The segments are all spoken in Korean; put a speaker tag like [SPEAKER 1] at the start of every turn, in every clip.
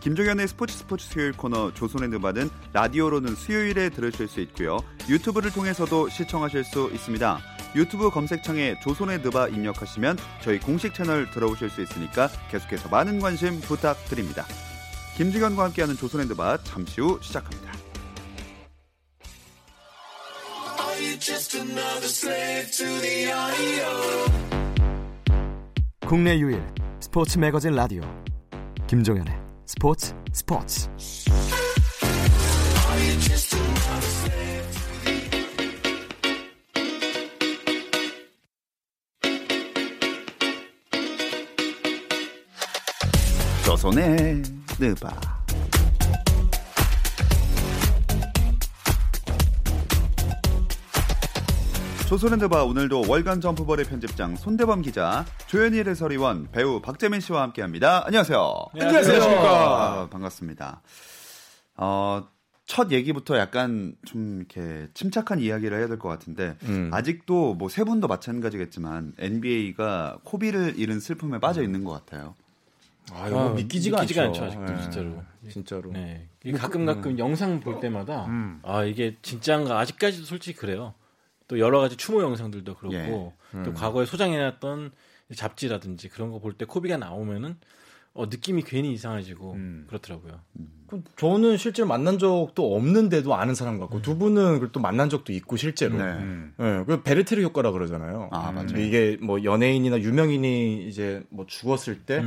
[SPEAKER 1] 김종현의 스포츠 스포츠 수요일 코너 조선의 누바는 라디오로는 수요일에 들으실 수 있고요. 유튜브를 통해서도 시청하실 수 있습니다. 유튜브 검색창에 조선의 누바 입력하시면 저희 공식 채널 들어오실 수 있으니까 계속해서 많은 관심 부탁드립니다. 김지현과 함께하는 조선의 누바 잠시 후 시작합니다.
[SPEAKER 2] 국내 유일 스포츠 매거진 라디오 김종현의 스포츠 스포츠
[SPEAKER 1] 조선의 느바 조선의 느바 오늘도 월간 점프볼의 편집장 손대범 기자 조현일 해설위원 배우 박재민 씨와 함께합니다. 안녕하세요.
[SPEAKER 3] 네, 안녕하십니까.
[SPEAKER 1] 아, 반갑습니다. 어, 첫 얘기부터 약간 좀 이렇게 침착한 이야기를 해야 될 것 같은데 아직도 뭐 세 분도 마찬가지겠지만 NBA가 코비를 잃은 슬픔에 빠져 있는 것 같아요.
[SPEAKER 3] 아,
[SPEAKER 4] 아,
[SPEAKER 3] 이거 믿기지가,
[SPEAKER 4] 믿기지가 않죠.
[SPEAKER 3] 않죠. 네,
[SPEAKER 4] 아직도 진짜로.
[SPEAKER 3] 진짜로.
[SPEAKER 4] 네. 이게 가끔 가끔 영상 볼 때마다 아 이게 진짜인가 아직까지도 솔직히 그래요. 또 여러 가지 추모 영상들도 그렇고
[SPEAKER 1] 예.
[SPEAKER 4] 또 과거에 소장해놨던 잡지라든지 그런 거 볼 때 코비가 나오면은 어, 느낌이 괜히 이상해지고 그렇더라고요.
[SPEAKER 3] 그, 저는 실제로 만난 적도 없는데도 아는 사람 같고 두 분은 그걸 또 만난 적도 있고 실제로.
[SPEAKER 1] 네.
[SPEAKER 3] 예, 그 베르테르 효과라 그러잖아요.
[SPEAKER 1] 아, 맞아요.
[SPEAKER 3] 이게 뭐 연예인이나 유명인이 이제 뭐 죽었을 때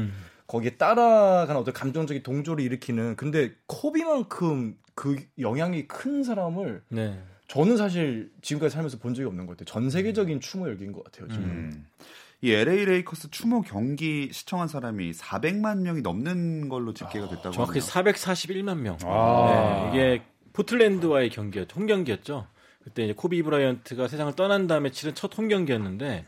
[SPEAKER 3] 거기에 따라가는 어떤 감정적인 동조를 일으키는 근데 코비만큼 그 영향이 큰 사람을
[SPEAKER 4] 네.
[SPEAKER 3] 저는 사실 지금까지 살면서 본 적이 없는 것 같아요. 전 세계적인 추모 열기인 것 같아요, 지금.
[SPEAKER 1] 이 LA 레이커스 추모 경기 시청한 사람이 400만 명이 넘는 걸로 집계가 됐다고
[SPEAKER 4] 정확히
[SPEAKER 1] 하네요.
[SPEAKER 4] 441만 명.
[SPEAKER 3] 아.
[SPEAKER 4] 네, 이게 포틀랜드와의 경기였죠. 홈 경기였죠. 그때 이제 코비 브라이언트가 세상을 떠난 다음에 치른 첫 홈 경기였는데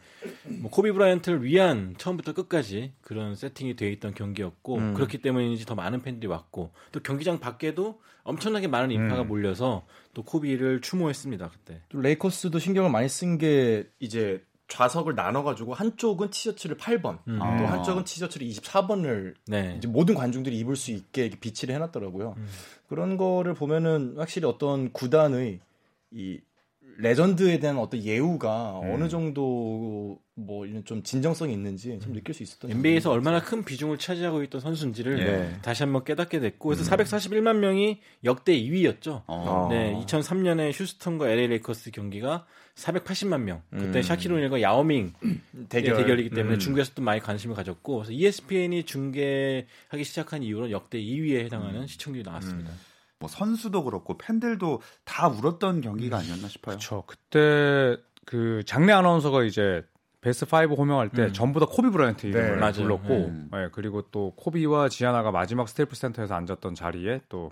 [SPEAKER 4] 뭐 코비 브라이언트를 위한 처음부터 끝까지 그런 세팅이 되어 있던 경기였고
[SPEAKER 1] 음.
[SPEAKER 4] 그렇기 때문인지 더 많은 팬들이 왔고 또 경기장 밖에도 엄청나게
[SPEAKER 3] 음.
[SPEAKER 4] 많은 인파가 몰려서 또 코비를 추모했습니다 그때.
[SPEAKER 3] 또 레이커스도 신경을 많이 쓴 게 이제 좌석을 나눠가지고 한쪽은 티셔츠를 8번,
[SPEAKER 4] 음.
[SPEAKER 3] 또
[SPEAKER 1] 아.
[SPEAKER 3] 한쪽은 티셔츠를 24번을
[SPEAKER 4] 네. 음.
[SPEAKER 3] 이제 모든 관중들이 입을 수 있게 이렇게 비치를 해놨더라고요. 그런 거를 보면은 확실히 어떤 구단의 이 레전드에 대한 어떤 예우가
[SPEAKER 4] 음.
[SPEAKER 3] 어느 정도 뭐 이런 좀 진정성이 있는지
[SPEAKER 4] 음.
[SPEAKER 3] 참 느낄 수 있었던
[SPEAKER 4] NBA에서 얼마나 큰 비중을 차지하고 있던 선수인지를
[SPEAKER 3] 예.
[SPEAKER 4] 다시 한번 깨닫게 됐고
[SPEAKER 3] 음.
[SPEAKER 4] 그래서 441만 명이 역대 2위였죠.
[SPEAKER 1] 어.
[SPEAKER 4] 네, 2003년에 휴스턴과 LA 레이커스 경기가 480만 명. 그때 샤키로닐과 야오밍
[SPEAKER 3] 대결. 음.
[SPEAKER 4] 대결. 이기 때문에 중국에서도 많이 관심을 가졌고, 그래서 ESPN이 중계하기 시작한 이후로 역대 2위에 해당하는 시청률이 나왔습니다.
[SPEAKER 1] 뭐 선수도 그렇고 팬들도 다 울었던
[SPEAKER 4] 음,
[SPEAKER 1] 경기가 아니었나 싶어요.
[SPEAKER 5] 그렇죠. 그때 그 장례 아나운서가 이제 베스트 5 호명할 때 전부 다 코비 브라이언트 이름을
[SPEAKER 4] 네, 맞아요. 네.
[SPEAKER 5] 불렀고
[SPEAKER 1] 음.
[SPEAKER 5] 예, 그리고 또 코비와 지아나가 마지막 스테이플 센터에서 앉았던 자리에 또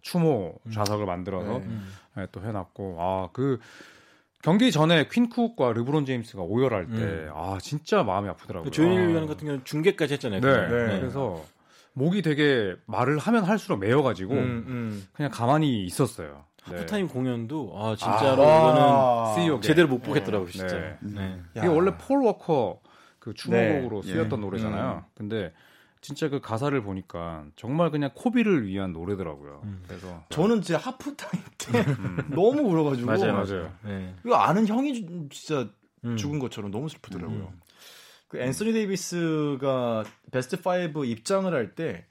[SPEAKER 5] 추모 좌석을 만들어서
[SPEAKER 4] 네. 음.
[SPEAKER 5] 예, 또 해놨고 아 그 경기 전에 퀸쿡과 르브론 제임스가 오열할 때 아
[SPEAKER 4] 음.
[SPEAKER 5] 진짜 마음이
[SPEAKER 4] 그
[SPEAKER 5] 아프더라고요.
[SPEAKER 4] 조현일
[SPEAKER 5] 아.
[SPEAKER 4] 위원 같은 경우는 중계까지 했잖아요.
[SPEAKER 5] 네.
[SPEAKER 4] 그죠? 네.
[SPEAKER 5] 그래서 목이 되게 말을 하면 할수록 메어가지고
[SPEAKER 3] 음, 음.
[SPEAKER 5] 그냥 가만히 있었어요. 네.
[SPEAKER 4] 하프타임 공연도 아 진짜로
[SPEAKER 3] 아.
[SPEAKER 4] 이거는
[SPEAKER 5] CEO E 게.
[SPEAKER 4] 제대로 못 보겠더라고요, 진짜.
[SPEAKER 5] 네.
[SPEAKER 1] 음.
[SPEAKER 4] 네.
[SPEAKER 3] 야.
[SPEAKER 5] 이게 원래 폴 워커 그 추모곡으로
[SPEAKER 1] 네.
[SPEAKER 5] 쓰였던
[SPEAKER 1] 예.
[SPEAKER 5] 노래잖아요.
[SPEAKER 3] 음.
[SPEAKER 5] 근데 진짜 그 가사를 보니까 정말 그냥 코비를 위한 노래더라고요. 그래서
[SPEAKER 3] 음. 저는 진짜 하프타임 때
[SPEAKER 4] 음.
[SPEAKER 3] 너무 울어가지고
[SPEAKER 5] 맞아요, 맞아요.
[SPEAKER 4] 네.
[SPEAKER 3] 이거 아는 형이 주- 진짜
[SPEAKER 4] 음.
[SPEAKER 3] 죽은 것처럼 너무 슬프더라고요. 그 앤서니 데이비스가 베스트 5 입장을 할 때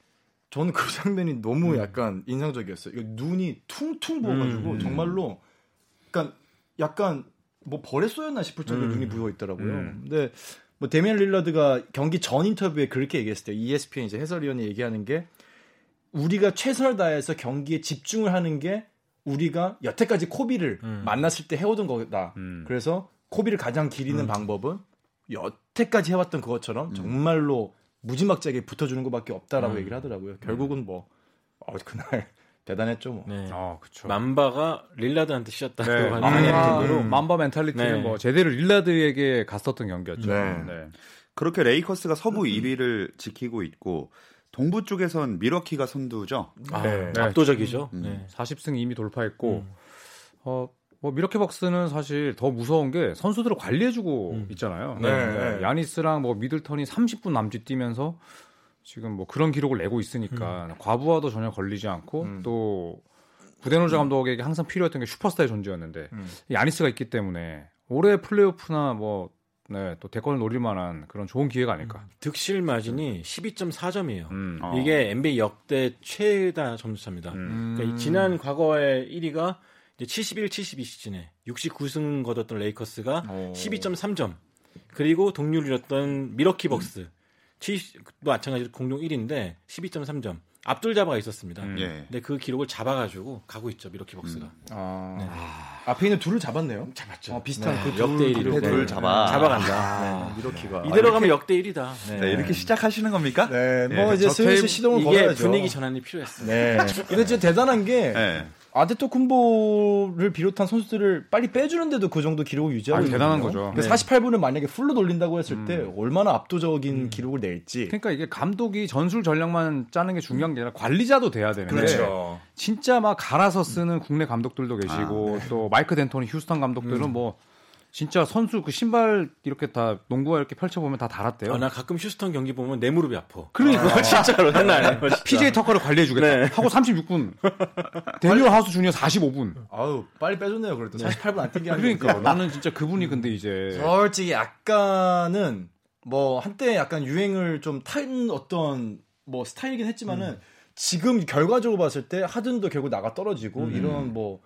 [SPEAKER 3] 저는 그 장면이 너무 약간 인상적이었어요. 이거 눈이 퉁퉁 부어가지고
[SPEAKER 4] 음. 음.
[SPEAKER 3] 정말로 약간 약간 뭐 벌에 쏘였나 싶을 정도로
[SPEAKER 4] 음.
[SPEAKER 3] 눈이 부어 있더라고요.
[SPEAKER 5] 음.
[SPEAKER 3] 근데 뭐 데미안 릴러드가 경기 전 인터뷰에 그렇게 얘기했을 E 때 ESPN 이제 해설위원이 얘기하는 게 우리가 최선을 다해서 경기에 집중을 하는 게 우리가 여태까지 코비를
[SPEAKER 4] 음.
[SPEAKER 3] 만났을 때 해오던 거다.
[SPEAKER 5] 음.
[SPEAKER 3] 그래서 코비를 가장
[SPEAKER 4] 음.
[SPEAKER 3] 기리는 방법은 여태까지 해왔던 그것처럼 정말로 무지막지하게 붙어주는 것밖에 없다라고
[SPEAKER 4] 음.
[SPEAKER 3] 얘기를 하더라고요. 결국은 뭐 어, 그날 대단했죠 뭐.
[SPEAKER 4] 네.
[SPEAKER 5] 아, 그쵸.
[SPEAKER 4] 만바가 릴라드한테 씌었다고
[SPEAKER 5] 네.
[SPEAKER 4] 하는
[SPEAKER 5] 아,
[SPEAKER 4] 정도로
[SPEAKER 5] 만바 멘탈리티는
[SPEAKER 4] 네.
[SPEAKER 5] 뭐 제대로 릴라드에게 갔었던 경기였죠.
[SPEAKER 1] 네.
[SPEAKER 5] 네.
[SPEAKER 1] 그렇게 레이커스가
[SPEAKER 4] 음,
[SPEAKER 1] 서부 2위를 지키고 있고 동부 쪽에선 미러키가 선두죠.
[SPEAKER 4] 아,
[SPEAKER 5] 네.
[SPEAKER 4] 압도적이죠.
[SPEAKER 1] 음.
[SPEAKER 4] 네.
[SPEAKER 5] 40승 이미 돌파했고
[SPEAKER 3] 음.
[SPEAKER 5] 어, 뭐 미러키 박스는 사실 더 무서운 게 선수들을 관리해주고
[SPEAKER 4] 음.
[SPEAKER 5] 있잖아요.
[SPEAKER 3] 네, 네.
[SPEAKER 5] 야니스랑 뭐 미들턴이 30분 남짓 뛰면서 지금 뭐 그런 기록을 내고 있으니까 과부하도 전혀 걸리지 않고
[SPEAKER 3] 음.
[SPEAKER 5] 또 부데노자 감독에게 항상 필요했던 게 슈퍼스타의 존재였는데
[SPEAKER 3] 음.
[SPEAKER 5] 야니스가 있기 때문에 올해 플레이오프나 뭐 네, 또 대권을 노릴 만한 그런 좋은 기회가 아닐까.
[SPEAKER 3] 음.
[SPEAKER 4] 득실 마진이 12.4점이에요.
[SPEAKER 5] 음.
[SPEAKER 1] 어.
[SPEAKER 4] 이게 NBA 역대 최다 점수차입니다.
[SPEAKER 5] 음.
[SPEAKER 4] 그러니까 이 지난 과거의 1위가 71, 72 시즌에 69승 거뒀던 레이커스가 12.3점. 그리고 동률이었던 미러키 벅스. 70, 마찬가지로 공동 1위인데 12.3점. 압둘 자바가 있었습니다.
[SPEAKER 5] 음.
[SPEAKER 1] 예.
[SPEAKER 4] 근데 그 기록을 잡아가지고 가고 있죠 미러키 벅스가
[SPEAKER 3] 아, 앞에 있는 둘을 잡았네요.
[SPEAKER 4] 네. 잡았죠.
[SPEAKER 3] 어, 비슷한
[SPEAKER 4] 네,
[SPEAKER 3] 그 둘,
[SPEAKER 4] 역대 1위로
[SPEAKER 3] 패들.
[SPEAKER 1] 둘 잡아.
[SPEAKER 4] 잡아간다.
[SPEAKER 3] 네, 미러키가
[SPEAKER 4] 이대로 가면 역대 1위다.
[SPEAKER 1] 네, 이렇게 시작하시는 겁니까?
[SPEAKER 3] 네, 뭐
[SPEAKER 1] 예,
[SPEAKER 3] 이제
[SPEAKER 1] 저
[SPEAKER 3] 슬슬
[SPEAKER 1] 테이블-
[SPEAKER 3] 시동을
[SPEAKER 4] 이게
[SPEAKER 3] 걸어야죠.
[SPEAKER 4] 분위기 네. 전환이 필요했어.
[SPEAKER 3] 네. 근데 진짜 대단한 게
[SPEAKER 1] 예.
[SPEAKER 3] 아데토쿤보를 비롯한 선수들을 빨리 빼주는데도 그 정도 기록을 유지하고
[SPEAKER 5] 아,
[SPEAKER 3] 있는
[SPEAKER 5] 대단한 거죠. 음.
[SPEAKER 3] 그 48분을 만약에 풀로 돌린다고 했을 때 얼마나 압도적인 기록을 낼지.
[SPEAKER 5] 그러니까 이게 감독이 전술 전략만 짜는 게 중요한 게 아니라 관리자도 돼야 되는데
[SPEAKER 3] 그렇죠. 어.
[SPEAKER 5] 진짜 막 갈아서 쓰는 국내 감독들도 계시고
[SPEAKER 4] 아, 네.
[SPEAKER 5] 또 마이크 덴토니 휴스턴 감독들은
[SPEAKER 4] 음.
[SPEAKER 5] 뭐 진짜 선수 그 신발 이렇게 다 농구화 이렇게 펼쳐 보면 다 달았대요.
[SPEAKER 4] 아, 나 가끔 휴스턴 경기 보면 내 무릎이 아파. 네.
[SPEAKER 5] 그러니까
[SPEAKER 4] 진짜로 장난 아니에요.
[SPEAKER 5] PJ 터커를 관리해 주겠다 하고 36분 데니얼 하우스 주니어 45분.
[SPEAKER 3] 아우, 빨리 빼줬네요. 그래도 48분 안
[SPEAKER 4] 아,
[SPEAKER 3] 뛰게 하는
[SPEAKER 5] 그러니까
[SPEAKER 3] 거지.
[SPEAKER 5] 나는 진짜 그분이 근데 이제
[SPEAKER 3] 솔직히 약간은 뭐 한때 약간 유행을 좀 탄 어떤 뭐 스타일이긴 했지만은 지금 결과적으로 봤을 때 하든도 결국 나가 떨어지고 이런 뭐.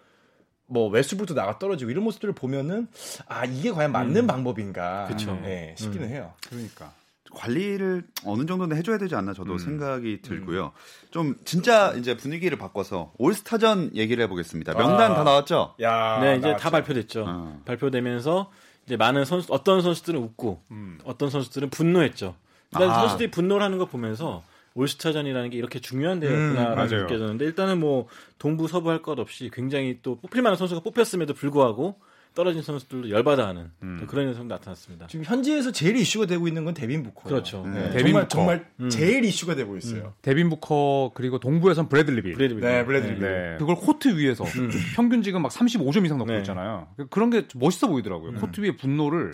[SPEAKER 3] 뭐 웨스브룩도 나가 떨어지고 이런 모습들을 보면은 아 이게 과연 맞는 방법인가
[SPEAKER 4] 그쵸.
[SPEAKER 3] 예, 싶기는 해요.
[SPEAKER 5] 그러니까
[SPEAKER 1] 관리를 어느 정도는 해줘야 되지 않나
[SPEAKER 4] 음.
[SPEAKER 1] 저도 생각이 들고요. 좀 진짜 이제 분위기를 바꿔서 올스타전 얘기를 해보겠습니다. 명단
[SPEAKER 3] 아.
[SPEAKER 1] 다 나왔죠?
[SPEAKER 3] 야,
[SPEAKER 4] 네, 이제 다 발표됐죠.
[SPEAKER 1] 어.
[SPEAKER 4] 발표되면서 이제 많은 선수 어떤 선수들은 웃고
[SPEAKER 5] 음.
[SPEAKER 4] 어떤 선수들은 분노했죠. 그러니까
[SPEAKER 1] 아.
[SPEAKER 4] 선수들이 분노를 하는 거 보면서 올스타전이라는 게 이렇게 중요한
[SPEAKER 5] 음,
[SPEAKER 4] 대회였구나라는
[SPEAKER 5] 맞아요.
[SPEAKER 4] 느껴졌는데 일단은 뭐 동부 서부 할 것 없이 굉장히 또 뽑힐 만한 선수가 뽑혔음에도 불구하고 떨어진 선수들도 열받아하는
[SPEAKER 5] 음.
[SPEAKER 4] 또 그런 현상도 나타났습니다.
[SPEAKER 3] 지금 현지에서 제일 이슈가 되고 있는 건 데빈 부커.
[SPEAKER 4] 그렇죠.
[SPEAKER 3] 네,
[SPEAKER 5] 데빈
[SPEAKER 3] 정말
[SPEAKER 5] 부커.
[SPEAKER 3] 정말
[SPEAKER 4] 음.
[SPEAKER 3] 제일 이슈가 되고 있어요.
[SPEAKER 5] 데빈 부커 그리고 동부에선 브래들리 빌.
[SPEAKER 4] 브래드 빌. 음.
[SPEAKER 3] 네, 블레드리.
[SPEAKER 5] 네. 그걸 코트 위에서 평균 지금 막 35점 이상 넣고
[SPEAKER 4] 네. 음.
[SPEAKER 5] 있잖아요. 그런 게 멋있어 보이더라고요. 코트 위에 분노를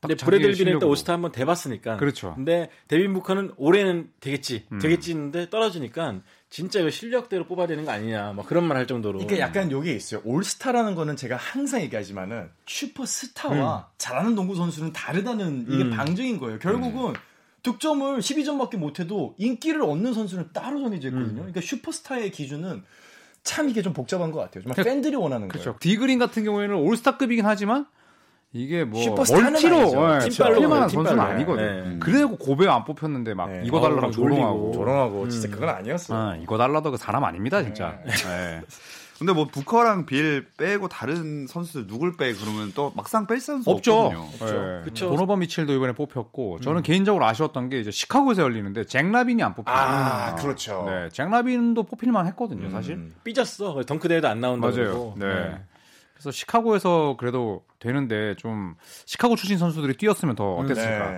[SPEAKER 5] 딱
[SPEAKER 4] 근데
[SPEAKER 5] 자기의
[SPEAKER 4] 브래들비는 일단
[SPEAKER 5] 실력으로.
[SPEAKER 4] 오스타 한번 대봤으니까.
[SPEAKER 5] 그렇죠. 음.
[SPEAKER 4] 근데 데빈 부커는 올해는 되겠지, 되겠지 했는데 떨어지니까 진짜 이거 실력대로 뽑아야 되는 거 아니냐, 막 그런 말 할 정도로.
[SPEAKER 3] 그러니까 약간 요게 있어요. 올스타라는 거는 제가 항상 얘기하지만은
[SPEAKER 5] 음.
[SPEAKER 3] 슈퍼스타와 잘하는 농구 선수는 다르다는 이게 방증인 거예요. 결국은
[SPEAKER 5] 음.
[SPEAKER 3] 득점을 12점밖에 못해도 인기를 얻는 선수는 따로 정해져
[SPEAKER 5] 음.
[SPEAKER 3] 있거든요. 그러니까 슈퍼스타의 기준은 참 이게 좀 복잡한 것 같아요. 정말 팬들이 원하는
[SPEAKER 5] 그렇죠.
[SPEAKER 3] 거예요.
[SPEAKER 5] 디그린 같은 경우에는 올스타급이긴 하지만 이게 뭐
[SPEAKER 3] 슈퍼스타는
[SPEAKER 5] 멀티로
[SPEAKER 3] 아니죠.
[SPEAKER 5] 예,
[SPEAKER 3] 찐빨로
[SPEAKER 5] 필만한
[SPEAKER 3] 찐빨로.
[SPEAKER 5] 선수는
[SPEAKER 3] 예,
[SPEAKER 5] 아니거든.
[SPEAKER 4] 예.
[SPEAKER 5] 요 음. 그래고 고베 안 뽑혔는데 막
[SPEAKER 3] 네.
[SPEAKER 5] 이거 달라고
[SPEAKER 4] 아우,
[SPEAKER 5] 조롱하고.
[SPEAKER 4] 놀리고.
[SPEAKER 3] 조롱하고 진짜 그건 아니었어요.
[SPEAKER 5] 아, 이거 달라도 그 사람 아닙니다 진짜.
[SPEAKER 3] 네.
[SPEAKER 5] 예.
[SPEAKER 1] 근데 뭐 부커랑 빌 빼고 다른 선수들 누굴 빼 그러면 또 막상 뺄 선수
[SPEAKER 5] 없죠.
[SPEAKER 1] 없거든요.
[SPEAKER 5] 예.
[SPEAKER 4] 그쵸.
[SPEAKER 5] 도노반 미첼도 이번에 뽑혔고
[SPEAKER 3] 음.
[SPEAKER 5] 저는 개인적으로 아쉬웠던 게 이제 시카고에서 열리는데 잭라빈이 안 뽑혔어요.
[SPEAKER 3] 아, 그렇죠. 음.
[SPEAKER 5] 네, 잭라빈도 뽑힐만 했거든요 사실.
[SPEAKER 4] 삐졌어. 그래서 덩크대회도 안 나온다고.
[SPEAKER 5] 맞아요. 네. 그래서 시카고에서 그래도 되는데 좀 시카고 출신 선수들이 뛰었으면 더 어땠을까.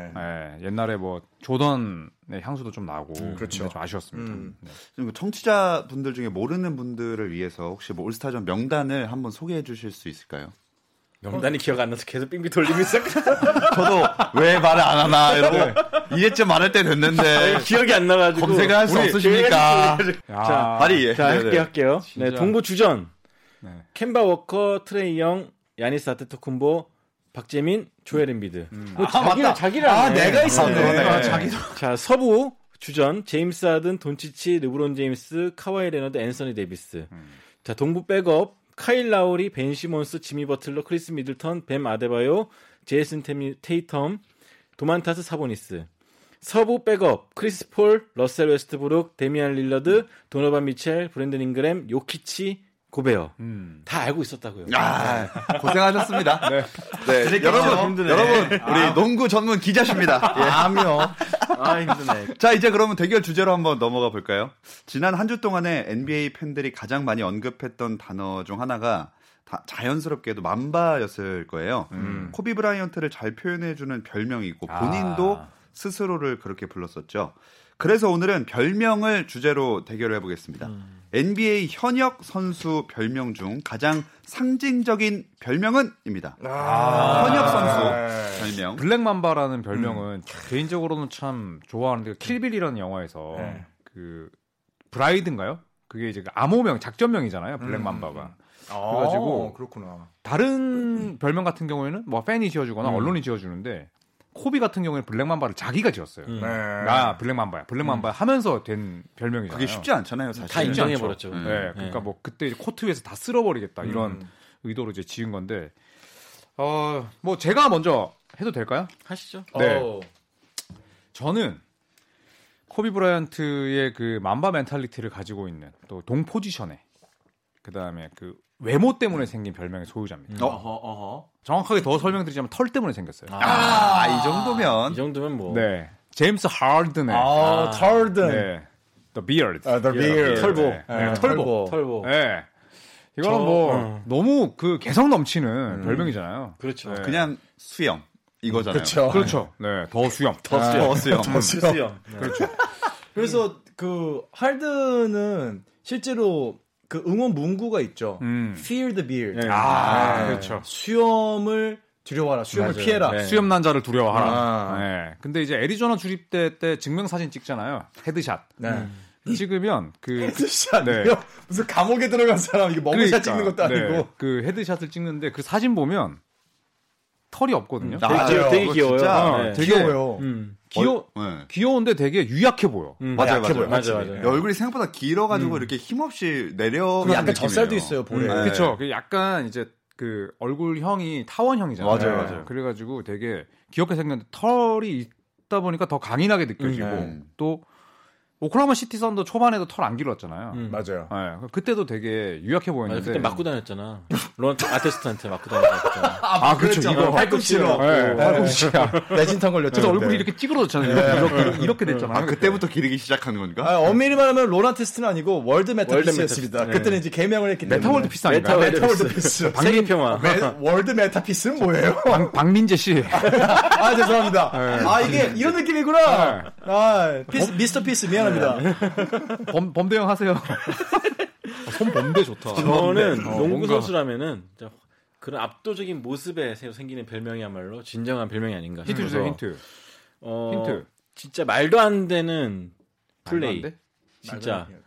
[SPEAKER 5] 예, 옛날에 뭐 조던 의 향수도 좀 나고. 그렇죠. 좀 아쉬웠습니다.
[SPEAKER 3] 음.
[SPEAKER 5] 네.
[SPEAKER 1] 지금 그 청취자 분들 중에 모르는 분들을 위해서 혹시 뭐 올스타전 명단을 한번 소개해 주실 수 있을까요?
[SPEAKER 4] 명단이 기억 안 나서 계속 빙빙 돌리고 있어.
[SPEAKER 1] 저도 왜 말을 안 하나 이러고 이제쯤 말할 때 됐는데
[SPEAKER 4] 기억이 안 나가지고.
[SPEAKER 1] 검색을 할 수
[SPEAKER 4] 우리
[SPEAKER 1] 없으십니까?
[SPEAKER 5] 야,
[SPEAKER 4] 자,
[SPEAKER 1] 말이 예.
[SPEAKER 4] 자,
[SPEAKER 1] 네네.
[SPEAKER 4] 할게요, 할게요. 네,
[SPEAKER 5] 진짜.
[SPEAKER 4] 동부 주전.
[SPEAKER 5] 네.
[SPEAKER 4] 캔바 워커, 트레이 영, 야니스 아테토쿤보, 박재민, 조엘 엠비드. 뭐 자기를, 자기를
[SPEAKER 3] 아,
[SPEAKER 4] 안 해.
[SPEAKER 3] 내가 있었네.
[SPEAKER 1] 아, 그러네.
[SPEAKER 3] 아,
[SPEAKER 1] 자기도.
[SPEAKER 4] 자, 서부 주전 제임스 하든, 돈치치, 르브론 제임스, 카와이 레너드, 앤서니 데이비스.
[SPEAKER 1] 음.
[SPEAKER 4] 자, 동부 백업 카일 라우리, 벤 시몬스, 지미 버틀러, 크리스 미들턴, 뱀 아데바요, 제이슨 테미- 테이텀, 도만타스 사보니스. 서부 백업 크리스 폴, 러셀 웨스트브룩, 데미안 릴러드, 도노반 미첼, 브랜든 잉그램, 요키치, 고베어
[SPEAKER 5] 음.
[SPEAKER 4] 다 알고 있었다고요.
[SPEAKER 1] 아, 고생하셨습니다. 네.
[SPEAKER 4] 새끼 너무
[SPEAKER 1] 여러분,
[SPEAKER 4] 힘드네.
[SPEAKER 1] 여러분, 우리 농구 전문 기자십니다. 예.
[SPEAKER 3] 아며
[SPEAKER 4] 아 힘드네.
[SPEAKER 1] 자, 이제 그러면 대결 주제로 한번 넘어가 볼까요? 지난 한 주 동안에 NBA 팬들이 가장 많이 언급했던 단어 중 하나가 다- 자연스럽게도 맘바였을 거예요.
[SPEAKER 4] 음.
[SPEAKER 1] 코비 브라이언트를 잘 표현해주는 별명이고 본인도
[SPEAKER 5] 아.
[SPEAKER 1] 스스로를 그렇게 불렀었죠. 그래서 오늘은 별명을 주제로 대결을 해보겠습니다. NBA 현역 선수 별명 중 가장 상징적인 별명은입니다.
[SPEAKER 3] 아.
[SPEAKER 5] 아.
[SPEAKER 1] 현역
[SPEAKER 3] 네.
[SPEAKER 1] 선수 별명.
[SPEAKER 5] 블랙맘바라는 별명은 개인적으로는 참 좋아하는데 킬빌이라는 영화에서 그 브라이드인가요? 그게 이제 그 암호명 작전명이잖아요. 블랙맘바가. 아, 그래가지고
[SPEAKER 3] 어, 그렇구나.
[SPEAKER 1] 음.
[SPEAKER 5] 다른 별명 같은 경우에는 뭐 팬이 지어주거나 언론이 지어주는데 코비 같은 경우에는 블랙맘바를 자기가 지었어요.
[SPEAKER 3] 네.
[SPEAKER 4] 음.
[SPEAKER 1] 네.
[SPEAKER 5] 나 블랙맘바야, 블랙맘바야 하면서 된 별명이잖아요.
[SPEAKER 1] 음. 그게 쉽지 않잖아요, 사실.
[SPEAKER 4] 다 인정해 버렸죠.
[SPEAKER 1] 음.
[SPEAKER 5] 예, 그러니까 뭐 그때 이제 코트 위에서 다 쓸어버리겠다 이런 의도로 이제 지은 건데, 어, 뭐 제가 먼저 해도 될까요?
[SPEAKER 4] 하시죠.
[SPEAKER 5] 네.
[SPEAKER 3] 어.
[SPEAKER 5] 저는 코비 브라이언트의 그 맘바 멘탈리티를 가지고 있는 또 동 포지션에 그 다음에 그 외모
[SPEAKER 1] 음.
[SPEAKER 5] 때문에 생긴 별명의 소유자입니다.
[SPEAKER 3] 어허 어허.
[SPEAKER 5] 정확하게 더 설명드리자면 털 때문에 생겼어요.
[SPEAKER 1] 아, 이 정도면.
[SPEAKER 4] 이 정도면 뭐
[SPEAKER 5] 네, 제임스 하든의
[SPEAKER 3] 아, 털든.
[SPEAKER 5] 네, The Beard.
[SPEAKER 3] 아, the beard.
[SPEAKER 5] 예, 털보.
[SPEAKER 3] 네.
[SPEAKER 5] 네,
[SPEAKER 3] 네,
[SPEAKER 5] 털보.
[SPEAKER 4] 털보.
[SPEAKER 5] 네. 이거는
[SPEAKER 4] 저-
[SPEAKER 5] 뭐
[SPEAKER 3] 어.
[SPEAKER 4] 음.
[SPEAKER 5] 너무 그 개성 넘치는
[SPEAKER 3] 음.
[SPEAKER 5] 별명이잖아요.
[SPEAKER 4] 그렇죠.
[SPEAKER 5] 네.
[SPEAKER 1] 그냥 수염 이거잖아요.
[SPEAKER 3] 그렇죠.
[SPEAKER 5] 그렇죠. 네, 더 수염.
[SPEAKER 1] 더 수염.
[SPEAKER 4] 음, 수염. 네.
[SPEAKER 3] 그래서 그 할든은 실제로 그 응원 문구가 있죠.
[SPEAKER 5] 음.
[SPEAKER 3] Fear the beard.
[SPEAKER 5] 네.
[SPEAKER 3] 아,
[SPEAKER 5] 네. 그렇죠.
[SPEAKER 3] 수염을 두려워하라. 수염을
[SPEAKER 4] 맞아요.
[SPEAKER 3] 피해라.
[SPEAKER 4] 네.
[SPEAKER 5] 수염 난 자를 두려워하라.
[SPEAKER 3] 아.
[SPEAKER 5] 네. 근데 이제 애리조나 주립대 때 증명사진 찍잖아요. 헤드샷.
[SPEAKER 3] 네.
[SPEAKER 5] 찍으면 그
[SPEAKER 3] 헤드샷.
[SPEAKER 5] 네.
[SPEAKER 3] 이거 무슨 감옥에 들어간 사람 이게 멍샷 찍는 것도
[SPEAKER 5] 네.
[SPEAKER 3] 아니고.
[SPEAKER 5] 그 헤드샷을 찍는데 그 사진 보면 털이 없거든요.
[SPEAKER 1] 아,
[SPEAKER 4] 되게,
[SPEAKER 3] 맞아요.
[SPEAKER 4] 귀여-
[SPEAKER 3] 어.
[SPEAKER 4] 되게
[SPEAKER 1] 그거
[SPEAKER 4] 귀여워요.
[SPEAKER 1] 진짜.
[SPEAKER 4] 네.
[SPEAKER 5] 되게
[SPEAKER 3] 귀여워요.
[SPEAKER 4] 음.
[SPEAKER 5] 귀여
[SPEAKER 1] 네.
[SPEAKER 5] 귀여운데 되게 유약해 보여.
[SPEAKER 4] 음.
[SPEAKER 1] 맞아요,
[SPEAKER 4] 약해
[SPEAKER 1] 맞아요.
[SPEAKER 4] 보여요. 맞아요. 맞아요.
[SPEAKER 1] 야, 얼굴이 생각보다 길어가지고 이렇게 힘없이 내려.
[SPEAKER 3] 그리고 어, 약간 젖살도 있어요, 볼에.
[SPEAKER 1] 네.
[SPEAKER 5] 그렇죠. 약간 이제 그 얼굴형이 타원형이잖아요. 네.
[SPEAKER 1] 맞아요, 맞아요.
[SPEAKER 5] 그래가지고 되게 귀엽게 생겼는데 털이 있다 보니까 더 강인하게 느껴지고
[SPEAKER 1] 네.
[SPEAKER 5] 또 오클라마 시티 선도 초반에도 털 안 길렀잖아요.
[SPEAKER 4] 음.
[SPEAKER 3] 맞아요.
[SPEAKER 5] 네, 그때도 되게 유약해
[SPEAKER 4] 맞아,
[SPEAKER 5] 보였는데
[SPEAKER 4] 그때 맞고 다녔잖아. 론 아테스트한테 맞고 다녔잖아.
[SPEAKER 5] 아, 그렇죠 이거
[SPEAKER 3] 팔꿈치로.
[SPEAKER 5] 네, 팔꿈치야.
[SPEAKER 3] 내진탕 걸렸죠.
[SPEAKER 5] 그래서 얼굴이
[SPEAKER 3] 그때.
[SPEAKER 5] 이렇게 찌그러졌잖아요. 이렇게, 이렇게, 이렇게 됐잖아요.
[SPEAKER 1] 아, 그때부터 기르기 시작한 건가?
[SPEAKER 3] 아, 엄밀히 말하면 로나 테스트는 아니고 월드
[SPEAKER 4] 월드
[SPEAKER 3] 메타피스였습니다.
[SPEAKER 4] 메타피스.
[SPEAKER 3] 그때는 이제 개명을 했기 때문에.
[SPEAKER 5] 메타월드 피스 아닌가요?
[SPEAKER 4] 메타월드
[SPEAKER 3] 피스.
[SPEAKER 4] 세계 평화.
[SPEAKER 5] 아,
[SPEAKER 3] 메- 월드 메타피스는 뭐예요?
[SPEAKER 5] 박- 박민재 씨.
[SPEAKER 3] 아 죄송합니다. 아 이게 이런 느낌이구나.
[SPEAKER 5] 네.
[SPEAKER 3] 아 피스, 미스터 피스 미안합니다.
[SPEAKER 5] 범, 범대형 하세요. 손 범대 좋다.
[SPEAKER 4] 저는
[SPEAKER 5] 어,
[SPEAKER 4] 농구
[SPEAKER 5] 뭔가-
[SPEAKER 4] 선수라면은 진짜 그런 압도적인 모습에 새로 생기는 별명이야말로 진정한 별명이 아닌가. 싶어서.
[SPEAKER 5] 힌트 주세요, 힌트.
[SPEAKER 4] 어,
[SPEAKER 5] 힌트.
[SPEAKER 4] 진짜 말도 안 되는 플레이.
[SPEAKER 5] 말도 안 돼?
[SPEAKER 4] 진짜
[SPEAKER 3] 네.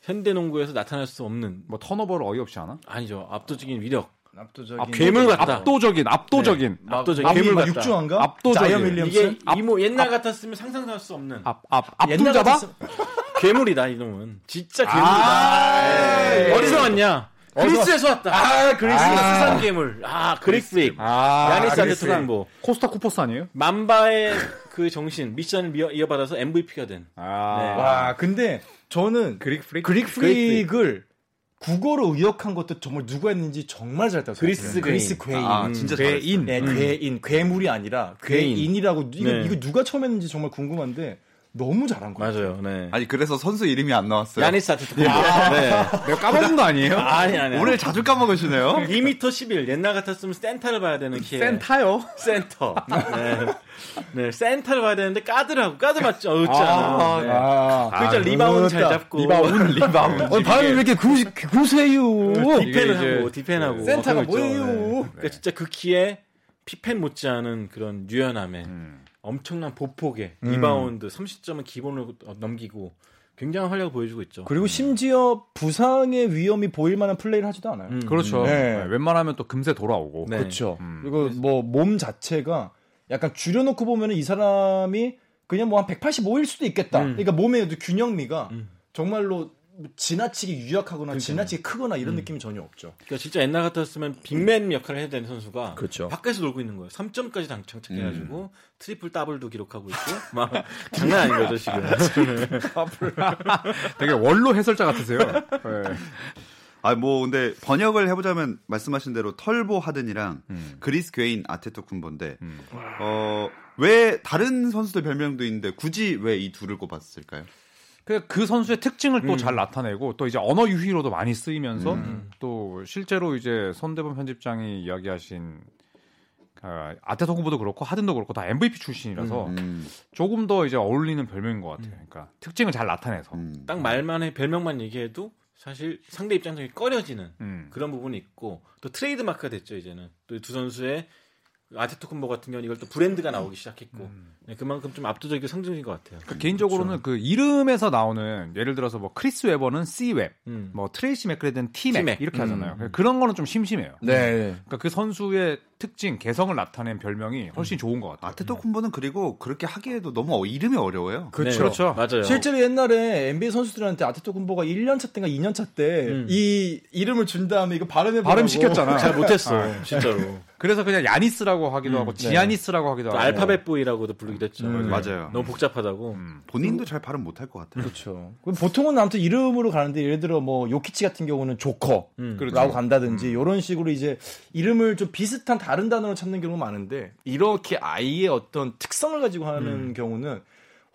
[SPEAKER 4] 현대 농구에서 나타날 수 없는
[SPEAKER 5] 뭐 턴오버를 어이없이 하나?
[SPEAKER 4] 아니죠. 압도적인 위력.
[SPEAKER 3] 압도적인.
[SPEAKER 5] 압-
[SPEAKER 4] 괴물 같다.
[SPEAKER 5] 네. 압도적인, 압도적인.
[SPEAKER 4] 압도적인 괴물 같다.
[SPEAKER 3] 아, 육주한가?
[SPEAKER 5] 압도적인.
[SPEAKER 3] 자이언 윌리엄슨.
[SPEAKER 4] 이게
[SPEAKER 5] 아,
[SPEAKER 4] 이모 옛날 같았으면 상상할 수 없는
[SPEAKER 5] 앞, 앞,
[SPEAKER 3] 옛날
[SPEAKER 5] 앞둘 잡아?
[SPEAKER 3] 같았으면-
[SPEAKER 4] 괴물이다 이놈은. 진짜 괴물이다. 아, 예. 어디서 왔냐? 그리스에서 왔다. 아, 그리스 수상 괴물. 아, 그리스.
[SPEAKER 5] 아,
[SPEAKER 4] 야니스
[SPEAKER 5] 그리스.
[SPEAKER 4] 아테토랑보.
[SPEAKER 5] 코스타 쿠퍼스 아니에요?
[SPEAKER 4] 맘바의 그 정신, 미션을 이어- 이어받아서 MVP가 된.
[SPEAKER 5] 아.
[SPEAKER 3] 와 근데 저는
[SPEAKER 5] 그릭 프릭?
[SPEAKER 3] 그릭 프릭을 국어로 의역한 것도 정말 누가 했는지 정말 잘 따서
[SPEAKER 4] 그리스 괴인.
[SPEAKER 3] 그리스 괴인.
[SPEAKER 1] 아, 진짜
[SPEAKER 5] 괴인.
[SPEAKER 3] 네, 괴인, 괴물이 아니라
[SPEAKER 4] 괴인.
[SPEAKER 3] 괴인이라고 이거,
[SPEAKER 4] 네.
[SPEAKER 3] 이거 누가 처음 했는지 정말 궁금한데 너무 잘한 거예요.
[SPEAKER 4] 맞아요. 네.
[SPEAKER 1] 아니 그래서 선수 이름이 안 나왔어요.
[SPEAKER 4] 야니스 아테토랑보. 네.
[SPEAKER 5] 내가 까먹은 거 아니에요?
[SPEAKER 4] 아니 아니.
[SPEAKER 1] 오늘 자주 까먹으시네요.
[SPEAKER 4] 2m 11. 옛날 같았으면 센터를 봐야 되는 키에.
[SPEAKER 5] 센타요?
[SPEAKER 4] 센터. 네. 네, 센터를 봐야 되는데 까드라고. 까드 맞죠? 어잖
[SPEAKER 5] 아,
[SPEAKER 4] 아, 네.
[SPEAKER 3] 아,
[SPEAKER 4] 그죠 리바운드 잘
[SPEAKER 3] 그렇다.
[SPEAKER 4] 잡고. 네.
[SPEAKER 5] 리바운, 리바운.
[SPEAKER 3] 어, 발음이 왜 이렇게 구, 구세요?
[SPEAKER 4] 그 디펜을
[SPEAKER 5] 이게 이제
[SPEAKER 4] 하고 디펜하고.
[SPEAKER 3] 센터가
[SPEAKER 5] 그렇죠.
[SPEAKER 3] 뭐예요?
[SPEAKER 4] 그러니까 진짜 그 키에 피펜 못지않은 그런 유연함에
[SPEAKER 5] 음.
[SPEAKER 4] 엄청난 보폭에
[SPEAKER 3] 음.
[SPEAKER 4] 리바운드 30점은 기본으로 넘기고 굉장한 활약을 보여주고 있죠.
[SPEAKER 3] 그리고 심지어 부상의 위험이 보일 만한 플레이를 하지도 않아요.
[SPEAKER 4] 음.
[SPEAKER 5] 그렇죠.
[SPEAKER 3] 네.
[SPEAKER 5] 네, 웬만하면 또 금세 돌아오고.
[SPEAKER 4] 네.
[SPEAKER 3] 그렇죠. 그리고 뭐 몸 자체가 약간 줄여놓고 보면 이 사람이 그냥 뭐 한 185일 수도 있겠다.
[SPEAKER 4] 음.
[SPEAKER 3] 그러니까 몸의 그 균형미가
[SPEAKER 4] 음.
[SPEAKER 3] 정말로 뭐 지나치게 유약하거나 지나치게 크거나 이런 느낌이 전혀 없죠.
[SPEAKER 4] 그러니까 진짜 옛날 같았으면 빅맨 역할을 해야 되는 선수가
[SPEAKER 3] 그렇죠.
[SPEAKER 4] 밖에서 놀고 있는 거예요. 3점까지 당 장착해가지고 트리플 더블도 기록하고 있고 막 장난 아닌 거죠 지금.
[SPEAKER 5] 되게 원로 해설자 같으세요. 네.
[SPEAKER 1] 아, 뭐 근데 번역을 해보자면 말씀하신 대로 털보 하든이랑
[SPEAKER 5] 음.
[SPEAKER 1] 그리스 괴인 아테토 쿤본데
[SPEAKER 5] 음.
[SPEAKER 1] 어, 왜 다른 선수들 별명도 있는데 굳이 왜 이 둘을 꼽았을까요?
[SPEAKER 5] 그, 그 선수의 특징을 또
[SPEAKER 4] 음.
[SPEAKER 5] 잘 나타내고 또 이제 언어 유희로도 많이 쓰이면서
[SPEAKER 1] 음.
[SPEAKER 5] 또 실제로 이제 손대범 편집장이 이야기하신 아, 아테토쿠보도 그렇고 하든도 그렇고 다 MVP 출신이라서
[SPEAKER 1] 음,
[SPEAKER 5] 조금 더 이제 어울리는 별명인 것 같아요. 그러니까 특징을 잘 나타내서.
[SPEAKER 1] 음.
[SPEAKER 4] 딱 말만 해 별명만 얘기해도 사실 상대 입장에서 꺼려지는
[SPEAKER 5] 음.
[SPEAKER 4] 그런 부분이 있고 또 트레이드 마크가 됐죠 이제는 또 두 선수의 아테토쿤보 같은 경우는 이걸 또 브랜드가 나오기 시작했고 네, 그만큼 좀 압도적이고 상징인 것 같아요.
[SPEAKER 5] 그러니까 개인적으로는 그 이름에서 나오는 예를 들어서 뭐 크리스 웨버는 C 웹,
[SPEAKER 4] 음.
[SPEAKER 5] 뭐 트레이시 맥크레든 T 맥
[SPEAKER 4] T-Mac.
[SPEAKER 5] 이렇게 하잖아요. 그러니까 그런 거는 좀 심심해요.
[SPEAKER 3] 네.
[SPEAKER 5] 그러니까 그 선수의 특징, 개성을 나타낸 별명이 훨씬 좋은 것 같아요.
[SPEAKER 1] 아테토 쿤보는 그리고 그렇게 하기에도 너무 어- 이름이 어려워요.
[SPEAKER 4] 네,
[SPEAKER 5] 그렇죠.
[SPEAKER 4] 맞아요.
[SPEAKER 3] 실제로 옛날에 NBA 선수들한테 아테토쿤보가 1년 차 때인가 2년
[SPEAKER 4] 음.
[SPEAKER 3] 차때 이 이름을 준 다음에 이거 발음해
[SPEAKER 5] 발음 시켰잖아.
[SPEAKER 4] 잘 못했어 진짜로.
[SPEAKER 5] 그래서 그냥 야니스라고 하기도 하고 지아니스라고 하기도
[SPEAKER 4] 또
[SPEAKER 5] 하고
[SPEAKER 4] 그 알파벳 보이라고도 부르기도 했죠.
[SPEAKER 3] 음,
[SPEAKER 4] 네.
[SPEAKER 1] 맞아요.
[SPEAKER 4] 너무 복잡하다고.
[SPEAKER 5] 그
[SPEAKER 1] 본인도 잘 발음 못할 것 같아요.
[SPEAKER 3] 그렇죠. 그럼 보통은 아무튼 이름으로 가는데 예를 들어 뭐 요키치 같은 경우는 조커라고
[SPEAKER 4] 음.
[SPEAKER 5] 그렇죠.
[SPEAKER 3] 간다든지 이런 식으로 이제 이름을 좀 비슷한 다른 단어로 찾는 경우가 많은데 이렇게 아이의 어떤 특성을 가지고 하는
[SPEAKER 5] 음.
[SPEAKER 3] 경우는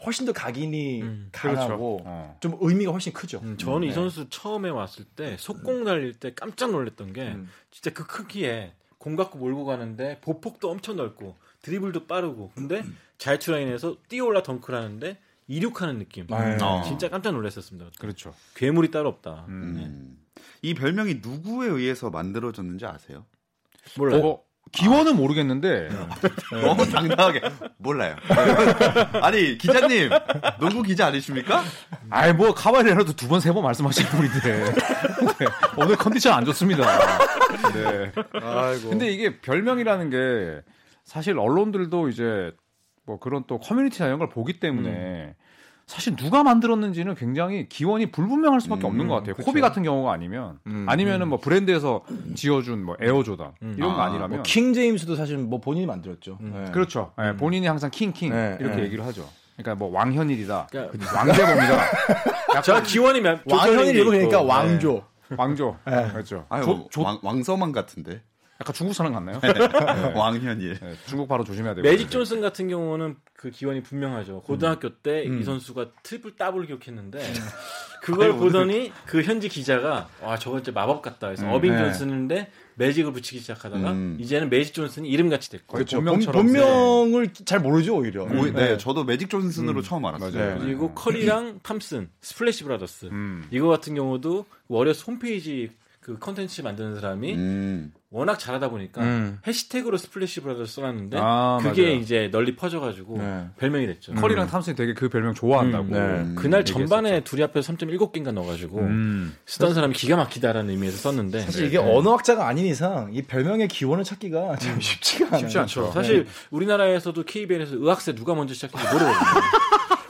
[SPEAKER 3] 훨씬 더 각인이 강하고
[SPEAKER 5] 어.
[SPEAKER 3] 좀 의미가 훨씬 크죠.
[SPEAKER 4] 음, 저는 이 선수 처음에 왔을 때 속공 날릴 때 깜짝 놀랐던 게
[SPEAKER 3] 음.
[SPEAKER 4] 진짜 그 크기에 공 갖고 몰고 가는데 보폭도 엄청 넓고 드리블도 빠르고 근데 자유투라인에서 뛰어올라 덩크를 하는데 이륙하는 느낌
[SPEAKER 3] 네.
[SPEAKER 1] 어.
[SPEAKER 4] 진짜 깜짝 놀랐었습니다
[SPEAKER 5] 음. 아. 그렇죠.
[SPEAKER 4] 괴물이 따로 없다 네.
[SPEAKER 1] 음. 이 별명이 누구에 의해서 만들어졌는지 아세요?
[SPEAKER 4] 몰라요
[SPEAKER 5] 어, 기원은 모르겠는데 네.
[SPEAKER 1] 너무 당당하게 몰라요. 아니 기자님 농구 기자 아니십니까?
[SPEAKER 5] 아이 뭐 카바레라도 두 번 세 번 말씀하시는 분인데 네, 오늘 컨디션 안 좋습니다. 네.
[SPEAKER 3] 아이고.
[SPEAKER 5] 근데 이게 별명이라는 게 사실 언론들도 이제 뭐 그런 또 커뮤니티나 이런 걸 보기 때문에 사실 누가 만들었는지는 굉장히 기원이 불분명할 수밖에 없는 것 같아요. 코비 같은 경우가 아니면 아니면은 뭐 브랜드에서 지어준 뭐 에어조단 이런 거
[SPEAKER 1] 아,
[SPEAKER 5] 아니라면
[SPEAKER 3] 뭐 킹 제임스도 사실 뭐 본인이 만들었죠. 네.
[SPEAKER 5] 그렇죠. 예, 본인이 항상 킹킹
[SPEAKER 3] 네,
[SPEAKER 5] 이렇게
[SPEAKER 3] 네.
[SPEAKER 5] 얘기를 하죠. 그러니까 뭐 왕현일이다,
[SPEAKER 4] 그러니까-
[SPEAKER 5] 왕대범이다,
[SPEAKER 4] 제가 기원이
[SPEAKER 3] 왕현이 이러고 그러니까 왕조.
[SPEAKER 5] 왕조 그렇죠.
[SPEAKER 1] 아유,
[SPEAKER 5] 조- 조-
[SPEAKER 1] 왕, 왕서만 같은데
[SPEAKER 5] 약간 중국 사람 같나요?
[SPEAKER 1] 왕현일.
[SPEAKER 5] 네, 중국 바로 조심해야 되고.
[SPEAKER 4] 매직 존슨 같은 경우는 그 기원이 분명하죠. 고등학교
[SPEAKER 5] 음.
[SPEAKER 4] 때 이 선수가 트리플 더블 기록했는데 그걸 보더니 그 현지 기자가 와 저거 진짜 마법 같다. 그래서 어빙
[SPEAKER 5] 네.
[SPEAKER 4] 존슨인데 매직을 붙이기 시작하다가
[SPEAKER 1] 음.
[SPEAKER 4] 이제는 매직 존슨이 이름같이 됐고
[SPEAKER 5] 거의
[SPEAKER 3] 본-
[SPEAKER 5] 네. 본명처럼.
[SPEAKER 3] 본명을 잘 모르죠 오히려.
[SPEAKER 1] 오, 네, 저도 매직 존슨으로 처음 알았어요.
[SPEAKER 5] 음, 맞아요.
[SPEAKER 1] 네.
[SPEAKER 4] 그리고 커리랑 탐슨, 스플래시 브라더스
[SPEAKER 5] 음.
[SPEAKER 4] 이거 같은 경우도 워리어스 홈페이지 그 컨텐츠 만드는 사람이
[SPEAKER 1] 음.
[SPEAKER 4] 워낙 잘하다 보니까
[SPEAKER 5] 음.
[SPEAKER 4] 해시태그로 스플래시 브라더스 써놨는데
[SPEAKER 5] 아,
[SPEAKER 4] 그게
[SPEAKER 5] 맞아요. 음.
[SPEAKER 4] 이제 널리 퍼져가지고
[SPEAKER 3] 네.
[SPEAKER 4] 별명이 됐죠.
[SPEAKER 5] 커리랑 탐슨이 되게 그 별명 좋아한다고.
[SPEAKER 3] 음, 네.
[SPEAKER 4] 그날 전반에 둘이 앞에서 3.7개인가 넣어가지고
[SPEAKER 5] 음.
[SPEAKER 4] 쓰던 사람이 기가 막히다라는 의미에서 썼는데 네.
[SPEAKER 3] 사실 이게
[SPEAKER 5] 네.
[SPEAKER 3] 언어학자가 아닌 이상 이 별명의 기원을 찾기가 참 쉽지가 않아요.
[SPEAKER 5] 음. 쉽지 않죠.
[SPEAKER 4] 그렇죠. 사실 우리나라에서도 KBL에서 의학세 누가 먼저 시작했는지 모르거든요.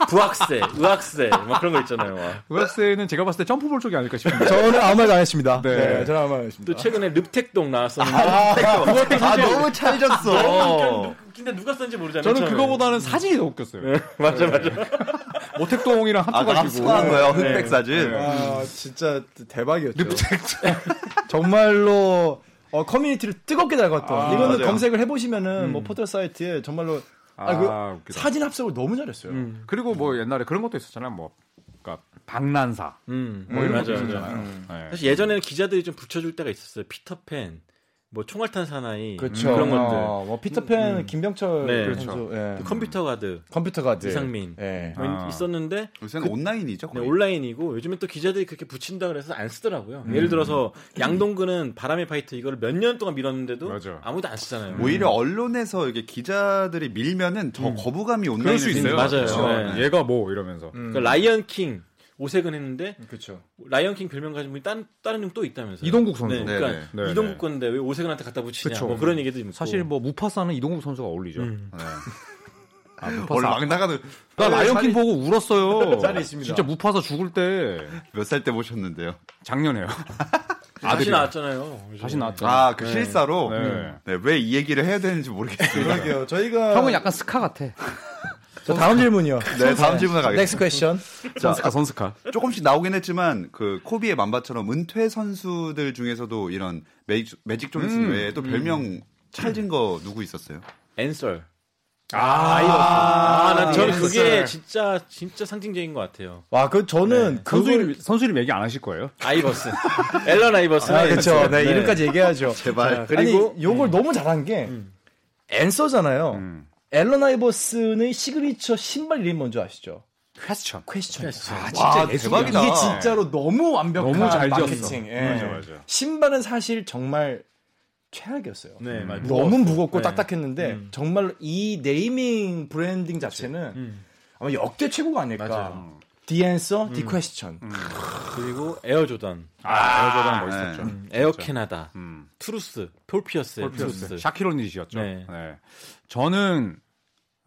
[SPEAKER 4] 부학세, 의학세 막 그런 거 있잖아요. 막.
[SPEAKER 5] 우엑스는 제가 봤을 때 점프볼 쪽이 아닐까 싶은데.
[SPEAKER 3] 저는 아무 말도 안 했습니다.
[SPEAKER 5] 네.
[SPEAKER 3] 네, 저는 아무 말도 안
[SPEAKER 4] 또
[SPEAKER 3] 했습니다.
[SPEAKER 4] 최근에 릅택동 나왔었는데
[SPEAKER 1] 아 너무 찰졌어.
[SPEAKER 4] 아, 근데 누가 썼는지 모르잖아요.
[SPEAKER 5] 저는
[SPEAKER 4] 처음에.
[SPEAKER 5] 그거보다는 사진이 더 웃겼어요.
[SPEAKER 4] 맞아 맞아.
[SPEAKER 5] 오택동이랑
[SPEAKER 1] 아, 나
[SPEAKER 5] 합쳐가지고. 네.
[SPEAKER 1] 합수한 거예요 흑백 사진.
[SPEAKER 3] 아, 진짜 대박이었죠. 정말로 어, 커뮤니티를 뜨겁게 달궜던.
[SPEAKER 5] 아,
[SPEAKER 3] 이거는
[SPEAKER 1] 맞아요.
[SPEAKER 3] 검색을 해보시면은 뭐 포털 사이트에 정말로 아, 그
[SPEAKER 5] 아, 웃기다.
[SPEAKER 3] 사진 합성을 너무 잘했어요.
[SPEAKER 4] 음,
[SPEAKER 5] 그리고 뭐 옛날에 그런 것도 있었잖아요. 뭐, 그러니까 박난사.
[SPEAKER 4] 음,
[SPEAKER 5] 뭐 이런
[SPEAKER 4] 맞아
[SPEAKER 5] 것도
[SPEAKER 4] 맞아.
[SPEAKER 5] 있었잖아요. 네.
[SPEAKER 4] 사실 예전에는 기자들이 좀 붙여줄 때가 있었어요. 피터팬, 뭐 총알탄 사나이
[SPEAKER 3] 그렇죠.
[SPEAKER 4] 런 것들.
[SPEAKER 3] 어, 뭐 피터팬, 김병철
[SPEAKER 4] 네.
[SPEAKER 3] 선수, 예.
[SPEAKER 4] 그 컴퓨터 가드,
[SPEAKER 3] 컴퓨터 가드,
[SPEAKER 4] 이상민
[SPEAKER 3] 예.
[SPEAKER 4] 뭐
[SPEAKER 5] 아.
[SPEAKER 4] 있었는데
[SPEAKER 1] 요새는 온라인이죠.
[SPEAKER 4] 네,
[SPEAKER 1] 거의.
[SPEAKER 4] 온라인이고 요즘에 또 기자들이 그렇게 붙인다 그래서 안 쓰더라고요.
[SPEAKER 5] 음.
[SPEAKER 4] 예를 들어서 양동근은 바람의 파이터 이거를 몇 년 동안 밀었는데도
[SPEAKER 5] 맞아.
[SPEAKER 4] 아무도 안 쓰잖아요.
[SPEAKER 1] 음. 오히려 언론에서 이게 기자들이 밀면은 더 거부감이 온라인
[SPEAKER 5] 음. 그럴 수 있어요.
[SPEAKER 4] 맞아요.
[SPEAKER 5] 그렇죠.
[SPEAKER 4] 네.
[SPEAKER 5] 얘가 뭐 이러면서.
[SPEAKER 4] 그러니까 라이언 킹 오색은 했는데
[SPEAKER 3] 그렇죠.
[SPEAKER 4] 라이언 킹 별명 가진 분이 다른 다른 좀 또 있다면서요.
[SPEAKER 5] 이동국 선수.
[SPEAKER 4] 네, 그러니까
[SPEAKER 1] 네네.
[SPEAKER 5] 네네.
[SPEAKER 4] 이동국 건데 왜 오색은한테 갖다 붙이냐.
[SPEAKER 5] 그쵸.
[SPEAKER 4] 뭐 그런 얘기도 있고.
[SPEAKER 5] 사실 뭐 무파사는 이동국 선수가 어울리죠.
[SPEAKER 4] 음.
[SPEAKER 5] 네. 아, 무파사.
[SPEAKER 1] 원래 막 나가는
[SPEAKER 5] 나
[SPEAKER 1] 자리-
[SPEAKER 5] 라이온킹 보고 울었어요.
[SPEAKER 3] 자리 있습니다.
[SPEAKER 5] 진짜 무파사 죽을 때
[SPEAKER 1] 몇 살 때 보셨는데요?
[SPEAKER 5] 작년에요.
[SPEAKER 4] 다시 네. 나왔잖아요. 요즘.
[SPEAKER 5] 다시 나왔죠.
[SPEAKER 1] 아 그 실사로
[SPEAKER 5] 네.
[SPEAKER 1] 네, 왜 이 얘기를 해야 되는지 모르겠어요.
[SPEAKER 3] 그러게요. 저희가
[SPEAKER 5] 형은 약간 스카 같아.
[SPEAKER 3] 자, 다음 질문이요.
[SPEAKER 1] 네, 다음 질문에
[SPEAKER 3] 넥스
[SPEAKER 1] 가겠습니다.
[SPEAKER 3] 퀘션.
[SPEAKER 1] 자,
[SPEAKER 5] 선스카 선스카.
[SPEAKER 1] 조금씩 나오긴 했지만 그 코비의 만바처럼 은퇴 선수들 중에서도 이런 매직, 매직 존슨 외에 또 별명 찰진 거 누구 있었어요?
[SPEAKER 4] 앤썰.
[SPEAKER 5] 아,
[SPEAKER 4] 아, 난 저는
[SPEAKER 5] 앤썰.
[SPEAKER 4] 그게 진짜 진짜 상징적인 것 같아요.
[SPEAKER 3] 와, 그 저는
[SPEAKER 5] 선수
[SPEAKER 3] 그걸
[SPEAKER 5] 이름 선수 이름 얘기 안 하실 거예요?
[SPEAKER 4] 아이버스, 앨런 아이버스.
[SPEAKER 3] 아, 그렇죠. 네, 이름까지 얘기해야죠.
[SPEAKER 1] 제발.
[SPEAKER 4] 그리고-
[SPEAKER 3] 아니, 요걸 너무 잘한 게 앤서잖아요. 앨런 아이버슨의 시그니처 신발 이름 뭔지 아시죠?
[SPEAKER 5] 퀘스천.
[SPEAKER 3] 퀘스천.
[SPEAKER 5] 아,
[SPEAKER 1] 와,
[SPEAKER 5] 예술이야.
[SPEAKER 1] 대박이다.
[SPEAKER 3] 이게 진짜로 너무 완벽한
[SPEAKER 5] 너무 잘 지었어.
[SPEAKER 3] 마케팅. 예.
[SPEAKER 5] 맞아, 맞아.
[SPEAKER 3] 신발은 사실 정말 최악이었어요.
[SPEAKER 4] 네, 맞아요.
[SPEAKER 3] 너무 무겁고
[SPEAKER 4] 네.
[SPEAKER 3] 딱딱했는데 정말 이 네이밍 브랜딩 자체는 아마 역대 최고가 아닐까.
[SPEAKER 4] 맞아요.
[SPEAKER 3] 디앤서, 디퀘스천.
[SPEAKER 4] 그리고 에어 조던,
[SPEAKER 5] 아, 에어조단 멋있었죠.
[SPEAKER 4] 에어 캐나다,
[SPEAKER 5] 음.
[SPEAKER 4] 투루스, 폴피어스, 투루스.
[SPEAKER 5] 샤키로니시였죠.
[SPEAKER 4] 네.
[SPEAKER 5] 네. 저는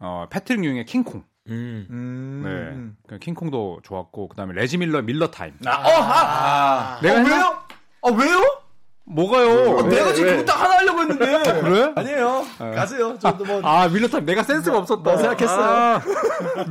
[SPEAKER 5] 어, 패트릭 융의 킹콩.
[SPEAKER 4] 음.
[SPEAKER 5] 네. 그 킹콩도 좋았고 그다음에 레지 밀러 밀러 타임.
[SPEAKER 3] 아, 어, 아,
[SPEAKER 5] 내가
[SPEAKER 3] 어,
[SPEAKER 5] 했나?
[SPEAKER 3] 왜요? 아, 왜요? 어,
[SPEAKER 5] 뭐가요?
[SPEAKER 3] 내가 지금 그거 딱 하나 하려고 했는데.
[SPEAKER 5] 그래?
[SPEAKER 3] 아니에요. 가세요. 저도 뭐.
[SPEAKER 5] 아 밀러 타임 내가 센스가 없었다.
[SPEAKER 3] 뭐 생각했어요.
[SPEAKER 5] 아,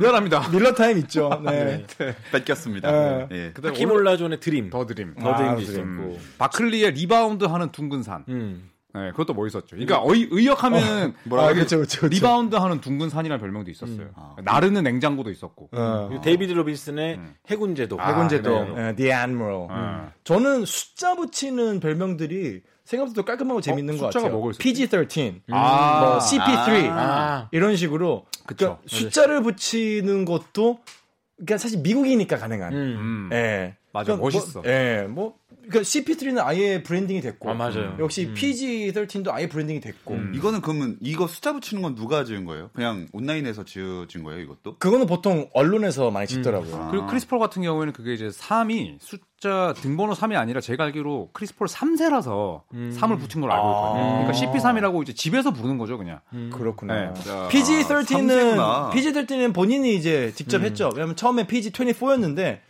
[SPEAKER 5] 미안합니다.
[SPEAKER 3] 밀러 타임 있죠.
[SPEAKER 5] 아,
[SPEAKER 3] 네.
[SPEAKER 1] 뺏겼습니다. 예.
[SPEAKER 4] 하키몰라존의 드림,
[SPEAKER 5] 더 드림. 어,
[SPEAKER 4] 더 드림도
[SPEAKER 3] 아,
[SPEAKER 4] 있었고.
[SPEAKER 5] 바클리의 리바운드 하는 둥근 산.
[SPEAKER 4] 음.
[SPEAKER 5] 네, 그것도 멋있었죠. 그러니까 의, 의역하면은
[SPEAKER 3] 어, 뭐라
[SPEAKER 5] 뭐라고
[SPEAKER 3] 그랬죠, 그쵸, 음. 그쵸.
[SPEAKER 5] 리바운드 하는 둥근 산이라는 별명도 있었어요. 나르는 냉장고도 있었고.
[SPEAKER 3] 어.
[SPEAKER 4] 그리고 데이비드 로빈슨의 해군제도.
[SPEAKER 5] 해군제도.
[SPEAKER 3] 네, The Admiral. 음.
[SPEAKER 5] 아.
[SPEAKER 3] 저는 숫자 붙이는 별명들이 생각보다 깔끔하고 재밌는 것
[SPEAKER 5] 어, 숫자가
[SPEAKER 3] 같아요.
[SPEAKER 5] 뭐가 있었지?
[SPEAKER 3] PG-13,
[SPEAKER 5] 아.
[SPEAKER 3] 뭐 CP3
[SPEAKER 4] 아.
[SPEAKER 3] 이런 식으로
[SPEAKER 5] 그쵸.
[SPEAKER 3] 그러니까 숫자를 붙이는 것도 그러니까 사실 미국이니까 가능한.
[SPEAKER 4] 음.
[SPEAKER 5] 음.
[SPEAKER 3] 예.
[SPEAKER 5] 맞아,
[SPEAKER 3] 그러니까
[SPEAKER 5] 멋있어.
[SPEAKER 3] 뭐, 예, 뭐 그러니까 CP3는 아예 브랜딩이 됐고, 음.
[SPEAKER 4] 아, 맞아요.
[SPEAKER 3] 역시
[SPEAKER 5] 음.
[SPEAKER 3] PG13도 아예 브랜딩이 됐고,
[SPEAKER 1] 이거는 그러면 이거 숫자 붙이는 건 누가 지은 거예요? 그냥 온라인에서 지어진 거예요, 이것도?
[SPEAKER 3] 그거는 보통 언론에서 많이 짓더라고요.
[SPEAKER 5] 그리고 크리스폴 같은 경우에는 그게 이제 3이 숫자 등번호 3이 아니라 제가 알기로 크리스폴 3세라서
[SPEAKER 3] 음.
[SPEAKER 5] 3을 붙인 걸로 알고
[SPEAKER 3] 아.
[SPEAKER 5] 있거든요. 그러니까 CP3이라고 이제 집에서 부르는 거죠, 그냥.
[SPEAKER 4] 음.
[SPEAKER 3] 그렇구나.
[SPEAKER 5] 네.
[SPEAKER 3] PG13은
[SPEAKER 1] 아, 삼세구나.
[SPEAKER 3] PG13은 본인이 이제 직접 했죠. 왜냐면 처음에 PG24였는데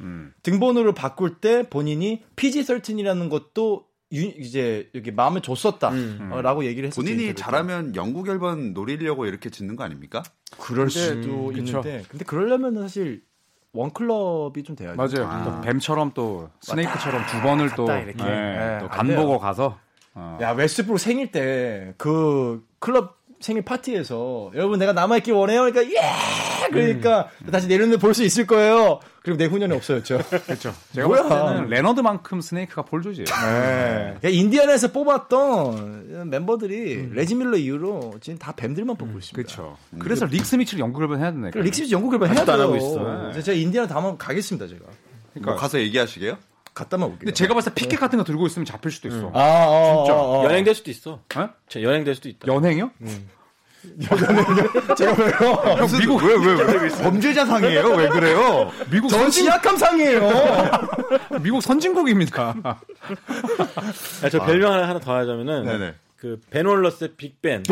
[SPEAKER 3] 등번호를 바꿀 때 본인이 PG13이라는 것도 유- 이제 이렇게 마음에 줬었다라고 얘기를 했었죠.
[SPEAKER 1] 본인이
[SPEAKER 3] 인터뷰에서.
[SPEAKER 1] 잘하면 영국 열번 노리려고 이렇게 짓는 거 아닙니까?
[SPEAKER 3] 그럴
[SPEAKER 5] 수도
[SPEAKER 3] 수도
[SPEAKER 5] 있죠.
[SPEAKER 3] 있는데 근데 그러려면 사실 원 클럽이 좀 돼야죠.
[SPEAKER 5] 맞아요. 또 뱀처럼 또 스네이크처럼 두 번을 또,
[SPEAKER 3] 갔다 이렇게.
[SPEAKER 5] 네,
[SPEAKER 3] 예,
[SPEAKER 5] 또
[SPEAKER 3] 안
[SPEAKER 5] 간보고
[SPEAKER 3] 돼요.
[SPEAKER 5] 가서 어,
[SPEAKER 3] 야 웨스브룩 생일 때 그 클럽 생일 파티에서 여러분 내가 남아 있길 원해요. 그러니까 예. 그러니까
[SPEAKER 5] 음.
[SPEAKER 3] 다시 내년에 볼 수 있을 거예요. 그리고 내후년에 없어졌죠.
[SPEAKER 5] 그렇죠. 제가
[SPEAKER 3] 뭐야.
[SPEAKER 5] 볼 때는 레너드만큼 스네이크가 폴조지예요.
[SPEAKER 3] 예. 그러니까 인디아나에서 뽑았던 멤버들이 레지밀러 이후로 지금 다 뱀들만 뽑고 있습니다.
[SPEAKER 5] 그렇죠. 그래서 릭 스미츠를 연극을 해야 되네.
[SPEAKER 3] 그리고 릭스비스 영국을 해야 돼요.
[SPEAKER 4] 안 하고 있어.
[SPEAKER 3] 이제 제가 인디아나 다음 번 가겠습니다. 제가
[SPEAKER 1] 뭐 가서 얘기하시게요?
[SPEAKER 3] 갔다만 올게요.
[SPEAKER 5] 근데 제가 봤을 때 피켓 같은 거 들고 있으면 잡힐 수도 있어.
[SPEAKER 3] 아, 어, 진짜 어, 어.
[SPEAKER 4] 연행될 수도 있어.
[SPEAKER 5] 어?
[SPEAKER 4] 제 연행될 수도 있다.
[SPEAKER 5] 연행이요?
[SPEAKER 3] 음. 제가 왜요?
[SPEAKER 1] 무슨, 미국 왜, 왜, 왜? 범죄자상이에요? 왜 그래요?
[SPEAKER 5] 미국
[SPEAKER 3] 전
[SPEAKER 5] 선진 어.
[SPEAKER 3] 시약함상이에요.
[SPEAKER 5] 미국 선진국입니다.
[SPEAKER 4] 네. 아, 저 별명 하나, 하나 더 하자면은
[SPEAKER 1] 네네.
[SPEAKER 4] 그 베놀러스의 빅벤.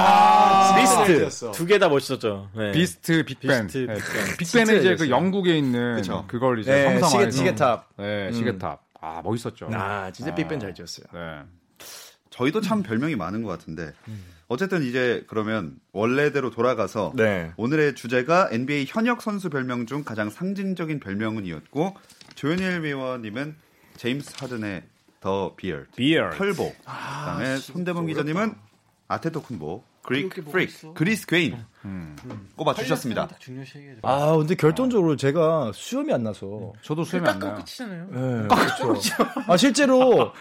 [SPEAKER 4] 아, 비스트 두 개 다 멋있었죠. 네.
[SPEAKER 5] 비스트 빅벤.
[SPEAKER 4] 비스트,
[SPEAKER 5] 네.
[SPEAKER 4] 빅벤.
[SPEAKER 5] 빅벤은
[SPEAKER 3] 진짜
[SPEAKER 5] 이제 그
[SPEAKER 3] 얘기했어요.
[SPEAKER 5] 영국에 있는
[SPEAKER 1] 그쵸.
[SPEAKER 5] 그걸 이제
[SPEAKER 3] 네,
[SPEAKER 5] 성상화해서
[SPEAKER 3] 시계, 시계탑. 음.
[SPEAKER 5] 네, 시계탑. 아 멋있었죠.
[SPEAKER 3] 아, 진짜 빅벤 잘 지었어요.
[SPEAKER 5] 네.
[SPEAKER 1] 저희도 참 별명이 많은 것 같은데. 어쨌든 이제 그러면 원래대로 돌아가서
[SPEAKER 3] 네.
[SPEAKER 1] 오늘의 주제가 NBA 현역 선수 별명 중 가장 상징적인 별명은 이었고 조현일 위원님은 제임스 하든의 더 비얼드, 아,
[SPEAKER 5] Beard.
[SPEAKER 1] 털보. 그다음에 손대범 기자님은 아테토쿤보, 그리스 프릭, 그리스 괴인 음. 꼽아 주셨습니다. 네,
[SPEAKER 3] 아, 근데 결정적으로 제가 수염이 안 나서.
[SPEAKER 5] 저도 수염이 안 나요.
[SPEAKER 3] 예, 그렇죠. 아, 실제로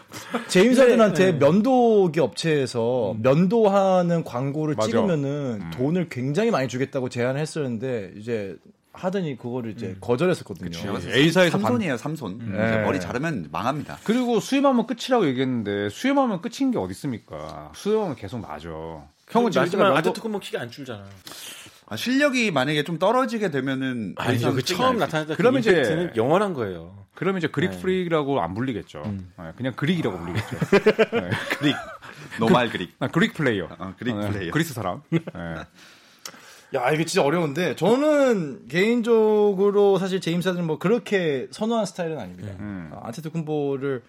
[SPEAKER 3] 제임스 하든한테 면도기 업체에서 면도하는 광고를
[SPEAKER 5] 맞아.
[SPEAKER 3] 찍으면은 돈을 굉장히 많이 주겠다고 제안을 했었는데 이제 하든이 그거를 이제 거절했었거든요.
[SPEAKER 5] A사에서 반.
[SPEAKER 1] 삼손이에요, 삼손. 이제 머리 자르면 망합니다.
[SPEAKER 5] 그리고 수염하면 끝이라고 얘기했는데 수염하면 끝인 게 어디 있습니까? 수염은 계속 맞아. 형은
[SPEAKER 3] 그렇죠.
[SPEAKER 5] 지금
[SPEAKER 4] 마지막
[SPEAKER 5] 면도-
[SPEAKER 4] 아테토쿤보 키가 안 줄잖아.
[SPEAKER 1] 아, 실력이 만약에 좀 떨어지게 되면은 더
[SPEAKER 4] 아니죠.
[SPEAKER 1] 이상
[SPEAKER 4] 그
[SPEAKER 1] 찍은
[SPEAKER 4] 처음
[SPEAKER 1] 게 아니지.
[SPEAKER 4] 나타났다. 그러면
[SPEAKER 5] 그러면 이제-
[SPEAKER 4] 이제 는 영원한 거예요.
[SPEAKER 5] 그러면 이제
[SPEAKER 3] 네.
[SPEAKER 5] 그릭 프릭이라고 안 불리겠죠.
[SPEAKER 3] 음.
[SPEAKER 5] 네, 그냥 그릭이라고
[SPEAKER 3] 아.
[SPEAKER 5] 불리겠죠.
[SPEAKER 1] 그릭 노말 그릭.
[SPEAKER 5] 아, 그릭 플레이어.
[SPEAKER 1] 아, 그릭
[SPEAKER 5] 네,
[SPEAKER 1] 플레이어.
[SPEAKER 5] 그리스 사람. 네.
[SPEAKER 3] 야, 이게 진짜 어려운데 저는 개인적으로 사실 제임스 하든은 뭐 그렇게 선호한 스타일은 아닙니다. 아, 안테토쿤보를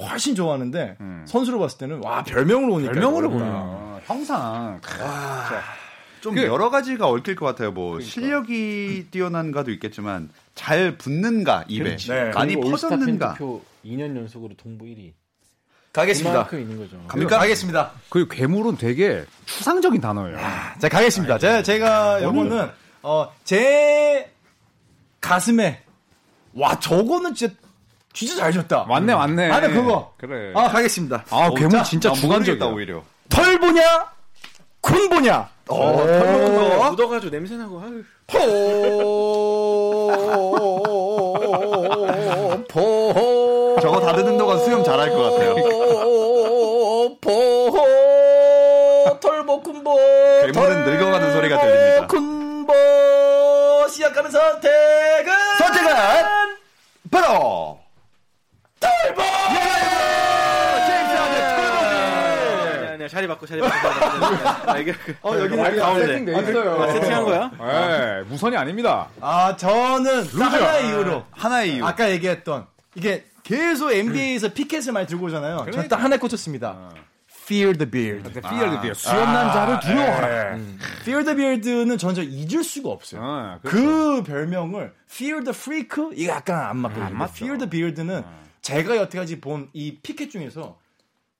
[SPEAKER 3] 훨씬 좋아하는데 선수로 봤을 때는 음. 와 음. 별명으로 오니까
[SPEAKER 5] 별명으로
[SPEAKER 3] 어렵다.
[SPEAKER 5] 보면 형상.
[SPEAKER 6] 그-
[SPEAKER 1] 좀
[SPEAKER 6] 그러니까.
[SPEAKER 1] 여러 가지가 얽힐 것 같아요. 뭐 실력이 뛰어난가도 있겠지만 잘 붙는가 입에
[SPEAKER 7] 네.
[SPEAKER 1] 많이
[SPEAKER 4] 그리고 올스타
[SPEAKER 1] 퍼졌는가.
[SPEAKER 4] 팬투표 2년 연속으로 동부 1위.
[SPEAKER 3] 가겠습니다.
[SPEAKER 4] 그만큼 있는 거죠.
[SPEAKER 1] 감- 그러니까-
[SPEAKER 3] 가겠습니다.
[SPEAKER 6] 그 괴물은 되게 추상적인 단어예요.
[SPEAKER 3] 자, 가겠습니다. 아, 제, 제가 요거는 어, 제 가슴에 와, 저거는 진짜 진짜 잘 줬다.
[SPEAKER 6] 왔네 왔네.
[SPEAKER 3] 아니 그거.
[SPEAKER 6] 그래.
[SPEAKER 3] 아, 가겠습니다.
[SPEAKER 6] 아, 괴물 진짜
[SPEAKER 1] 난
[SPEAKER 6] 주관적이다.
[SPEAKER 1] 모르겠다, 오히려.
[SPEAKER 3] 털 보냐? 군 보냐?
[SPEAKER 4] 어,
[SPEAKER 3] 어,
[SPEAKER 4] 묻어가지고 냄새나고 아유.
[SPEAKER 3] 포
[SPEAKER 1] 저거 다 듣는 동안 수염 잘할 것 같아요.
[SPEAKER 6] 어.
[SPEAKER 3] 포 털보 군보
[SPEAKER 1] 괴물은 늙어가는 소리가 들립니다.
[SPEAKER 3] 군보 시작하는 선택은
[SPEAKER 1] 선택은 바로 예!
[SPEAKER 6] 예!
[SPEAKER 4] 예! 아니 아니 자리 바꿔 자리 바꿔. 자리 바꿔. 아, 이게
[SPEAKER 3] 어, 여기
[SPEAKER 6] 세팅돼 있어요.
[SPEAKER 4] 아, 세팅한 거야?
[SPEAKER 6] 예, 무선이 아닙니다.
[SPEAKER 3] 아 저는 하나 이유로
[SPEAKER 1] 하나의 이유.
[SPEAKER 4] 그-
[SPEAKER 3] 아까 얘기했던 이게 계속 NBA에서 피켓을 많이 들고 오잖아요.
[SPEAKER 1] 그러니까.
[SPEAKER 3] 저는 딱 하나 꽂혔습니다.
[SPEAKER 1] 아.
[SPEAKER 3] Fear the beard.
[SPEAKER 6] 피얼드 피어 수염 남자를 두려워하라.
[SPEAKER 3] Fear the beard는 전혀 잊을 수가 없어요.
[SPEAKER 5] 그렇죠.
[SPEAKER 6] 아,
[SPEAKER 3] 그 별명을 Fear the freak 이게 약간 안 맞거든요. Fear the beard는 제가 여태까지 본 이 피켓 중에서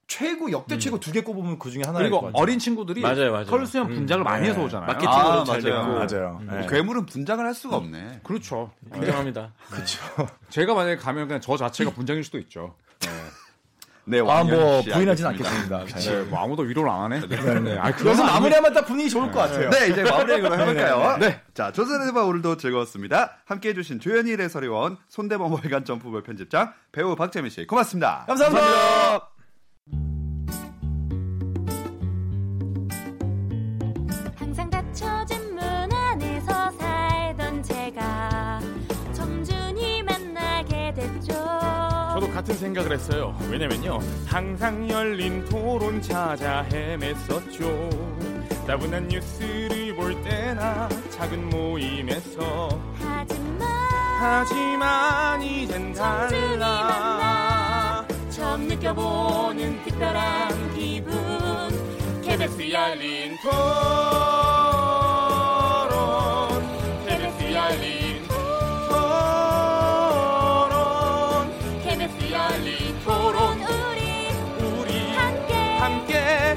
[SPEAKER 3] 최고 역대 최고 두 개 꼽으면 그 중에 하나일 것
[SPEAKER 6] 그리고
[SPEAKER 3] 같아요.
[SPEAKER 6] 어린 친구들이
[SPEAKER 4] 맞아요, 맞아요.
[SPEAKER 6] 털 수염 분장을 많이 해서 오잖아요.
[SPEAKER 4] 마케팅으로
[SPEAKER 1] 아,
[SPEAKER 4] 잘
[SPEAKER 1] 맞아요.
[SPEAKER 4] 됐고.
[SPEAKER 3] 맞아요. 네.
[SPEAKER 1] 괴물은 분장을 할 수가 없네.
[SPEAKER 6] 그렇죠.
[SPEAKER 4] 인정합니다.
[SPEAKER 6] 제가 만약에 가면 그냥 저 자체가 분장일 수도 있죠.
[SPEAKER 1] 네,
[SPEAKER 3] 아 뭐
[SPEAKER 1] 왕현 씨
[SPEAKER 3] 부인하진
[SPEAKER 1] 알겠습니다.
[SPEAKER 3] 않겠습니다.
[SPEAKER 6] 네, 뭐 아무도 위로를 안 하네. 네. 아,
[SPEAKER 3] 그래서
[SPEAKER 6] 그것은 아무
[SPEAKER 3] 마무리하면 딱 분위기 좋을 것 같아요.
[SPEAKER 1] 네, 이제 마무리 그럼 해볼까요? 네. 자, 조선의바 오늘도 즐거웠습니다. 함께 해주신 조현일 해설위원, 손대범 월간 점프볼 편집장, 배우 박재민 씨, 고맙습니다.
[SPEAKER 3] 감사합니다.
[SPEAKER 8] 항상 닫혀진 문 안에서 살던 제가 점준이 만나게 됐죠.
[SPEAKER 5] 저도 같은 생각을 했어요. 왜냐면요. 항상 열린 토론 찾아 헤맸었죠. 따분한 뉴스를 볼 때나 작은 모임에서
[SPEAKER 8] 하지만
[SPEAKER 5] 하지만 이젠
[SPEAKER 8] 점준이
[SPEAKER 5] 달라.
[SPEAKER 8] 만나 처음 느껴보는 특별한 기분.
[SPEAKER 5] KBS 열린 토론 KBS 열린 토론
[SPEAKER 8] KBS 열린 토론 우리
[SPEAKER 5] 우리
[SPEAKER 8] 함께
[SPEAKER 5] 함께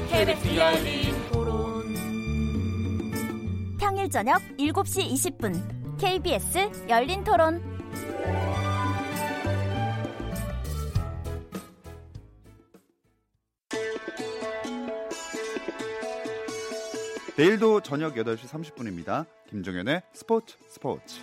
[SPEAKER 8] KBS
[SPEAKER 5] KBS 열린
[SPEAKER 8] 열린 토론 평일 저녁 7시 20분 KBS 열린 토론
[SPEAKER 1] 내일도 저녁 8시 30분입니다. 김종현의 스포츠 스포츠.